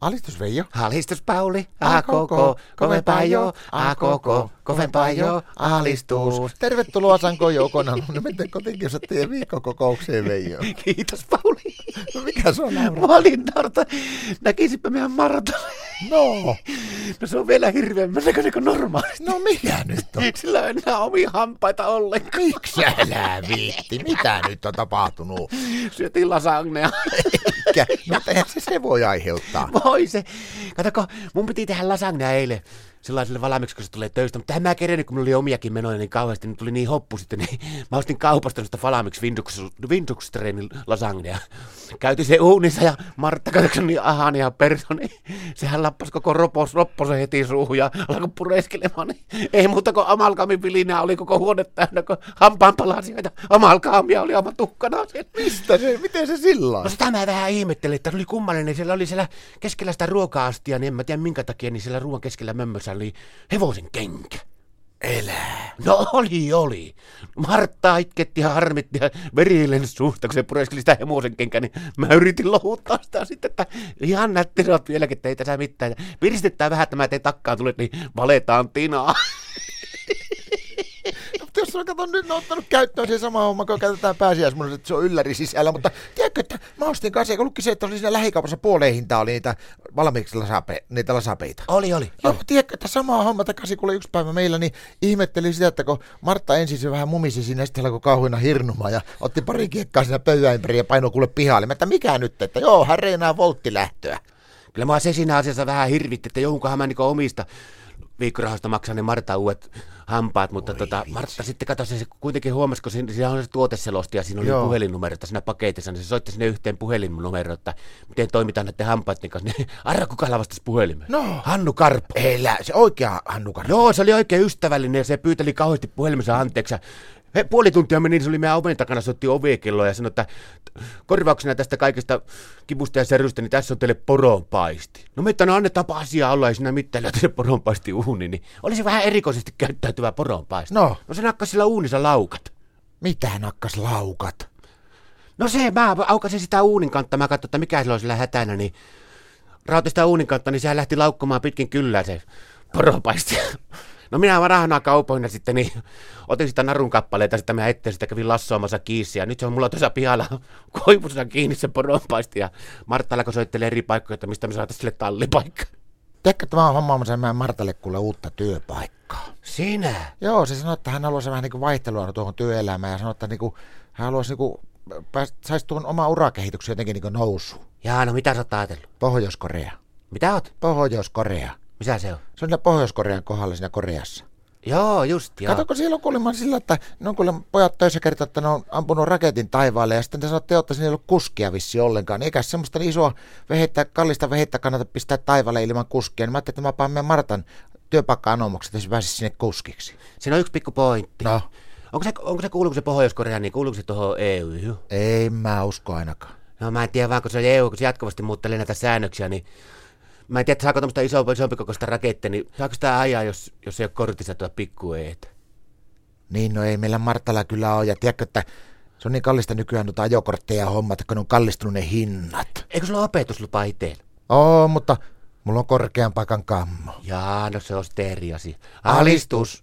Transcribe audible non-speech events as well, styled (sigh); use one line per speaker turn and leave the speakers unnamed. Alistus Veijo.
Alistus Pauli, a koko, kovempaa jo, a koko, kovempaa jo, alistus.
Tervetuloa Sanko Joukona No, nimeltä kotikiusattujen viikkokokoukseen Veijo.
Kiitos Pauli.
No mikä se on naura?
Mä olin Norta, näkisipä meidän Martalle.
No,
No se on vielä hirveämmän näköinen kuin normaalisti.
no mikä nyt on?
Sillä ei ole enää omia hampaita ollenkaan.
Miksi älä viitti? Mitä nyt on tapahtunut?
Syötiin lasagnea.
Mikä? No mutta eihän se se voi aiheuttaa.
Voi se. Katsokaa, mun piti tehdä lasagnea eilen sellaiselle valmiiksi, kun se tulee töistä. Mutta en mä kerennyt, kun mulla oli omiakin menoja niin kauheasti, niin tuli niin hoppu sitten. Niin mä ostin kaupasta sitä valmiiksi Windux-treenin lasagnea. Käytiin se uunissa ja Martta katsoi niin ahan ja personi. Sehän lappasi koko ropos, ropposen heti suuhun ja alkoi pureskelemaan. Niin ei muuta kuin amalkamin vilinää oli koko huone täynnä, kun hampaanpalasia ja amalkaamia oli aivan tukkana siellä.
Mistä se, miten se sillä
No
on?
sitä mä vähän ihmettelin, että se oli kummallinen. Niin Siellä oli siellä keskellä sitä ruoka-astia, niin en mä tiedä minkä takia, niin siellä ruoan keskellä mömmössä oli hevosen kenkä.
Elää.
No oli, oli. Martta itketti ja harmitti ja verilen suusta, kun se pureskeli sitä hevosen kenkää, niin mä yritin lohuttaa sitä sitten, että ihan nätti sä oot vieläkin, että ei tässä mitään. Ja viristetään vähän, että mä teen takkaan tulet, niin valetaan tinaa.
No, mutta jos mä katson nyt, ne on ottanut käyttöön se sama homma, kun käytetään pääsiäismunassa, että se on ylläri sisällä. Mutta tiedätkö, että mä ostin kanssa, eikä ollutkin se, että oli siinä lähikaupassa puoleen hintaa, oli niitä valmiiksi lasape, niitä lasapeita.
Oli, oli.
Joo, tiedätkö, että samaa homma takaisin kuule yksi päivä meillä, niin ihmettelin sitä, että kun Martta ensin se vähän mumisi siinä, ja sitten alkoi kauhuina hirnumaan ja otti pari kiekkaa siinä pöyä ympäri ja painoi kuule pihalle. Mä, että mikä nyt, että joo, hän reinaa volttilähtöä.
Kyllä mä se siinä asiassa vähän hirvitti, että jonkunhan mä niinku omista viikkorahasta maksan ne Marta uudet hampaat, mutta tota, Martta sitten katsoi, se kuitenkin huomasi, kun siinä, siinä on se tuoteselosti ja siinä oli
Joo.
puhelinnumero että siinä paketissa, niin se soitti sinne yhteen puhelinnumeroon, että miten toimitaan näiden hampaiden kanssa. Niin, (laughs) arra, kuka alla vastasi puhelimeen?
No.
Hannu Karppo.
Elä, se oikea Hannukan.
Joo, No, se oli oikein ystävällinen ja se pyyteli kauheasti puhelimensa anteeksi. Ja He, puoli tuntia meni, se oli meidän oven takana, soitti ovikelloa ja sanoi, että korvauksena tästä kaikesta kipusta ja särystä, niin tässä on teille poronpaisti. No me että no annetaanpa asiaa olla, ei siinä mitään, ja se poronpaisti uuni, niin olisi vähän erikoisesti käyttäytyvä poronpaisti.
No,
no se nakkasi sillä uunissa laukat.
mitä nakkas laukat?
No se, mä aukasin sitä uunin kantta, mä katsoin, että mikä sillä on sillä hätänä, niin rautin sitä uunin kantta, niin sehän lähti laukkomaan pitkin kyllä se poropaisti. (laughs) No minä varahana kaupoina sitten, niin otin sitä narun kappaleita, sitten mä etten sitä kävin lassoamassa kiinni. Ja nyt se on mulla tuossa pihalla (laughs) koivussa kiinni se poronpaisti. Ja Martta alkoi soittelee eri paikkoja, että mistä me saataisiin sille tallipaikka.
Tiedätkö, että mä oon hommaamassa mä Martalle kuule uutta työpaikkaa.
Sinä?
Joo, se sanoi, että hän haluaisi vähän niin kuin vaihtelua tuohon työelämään ja sanoi, että niin kuin, hän haluaisi niin kuin, pääs, saisi tuon oma urakehityksen jotenkin niin kuin nousu.
Jaa, no mitä sä oot ajatellut?
Pohjois-Korea.
Mitä oot?
Pohjois-Korea.
Mitä se on?
Se on siellä Pohjois-Korean kohdalla siinä Koreassa.
Joo, just, joo.
Kato, kun siellä on kuulemma sillä, että ne on kuulemma pojat töissä kertoo, että ne on ampunut raketin taivaalle ja sitten ne sanoo, että joo, että siinä ei ollut kuskia vissi ollenkaan. Niin eikä semmoista isoa vehettä, kallista vehettä kannata pistää taivaalle ilman kuskia. Niin mä ajattelin, että mä paan meidän Martan työpaikka-anomukset, että se pääsisi sinne kuskiksi.
Siinä on yksi pikku pointti.
No,
Onko se, onko se kuuluuko se Pohjois-Korea, niin kuuluuko se tuohon EU?
ei mä usko ainakaan.
No mä en tiedä vaan, kun se EU, kun se jatkuvasti muuttelee näitä säännöksiä, niin mä en tiedä, että saako tämmöistä iso, isompi kokoista rakettia, niin saako sitä ajaa, jos, jos ei ole kortissa tuo pikku eet?
Niin, no ei meillä Martalla kyllä ole. Ja tiedätkö, että se on niin kallista nykyään noita ajokortteja ja hommat, kun ne on kallistunut ne hinnat.
Eikö sulla ole opetuslupa itsellä?
Oo, mutta mulla on korkean paikan kammo.
Jaa, no se on sitten eri asia.
Alistus.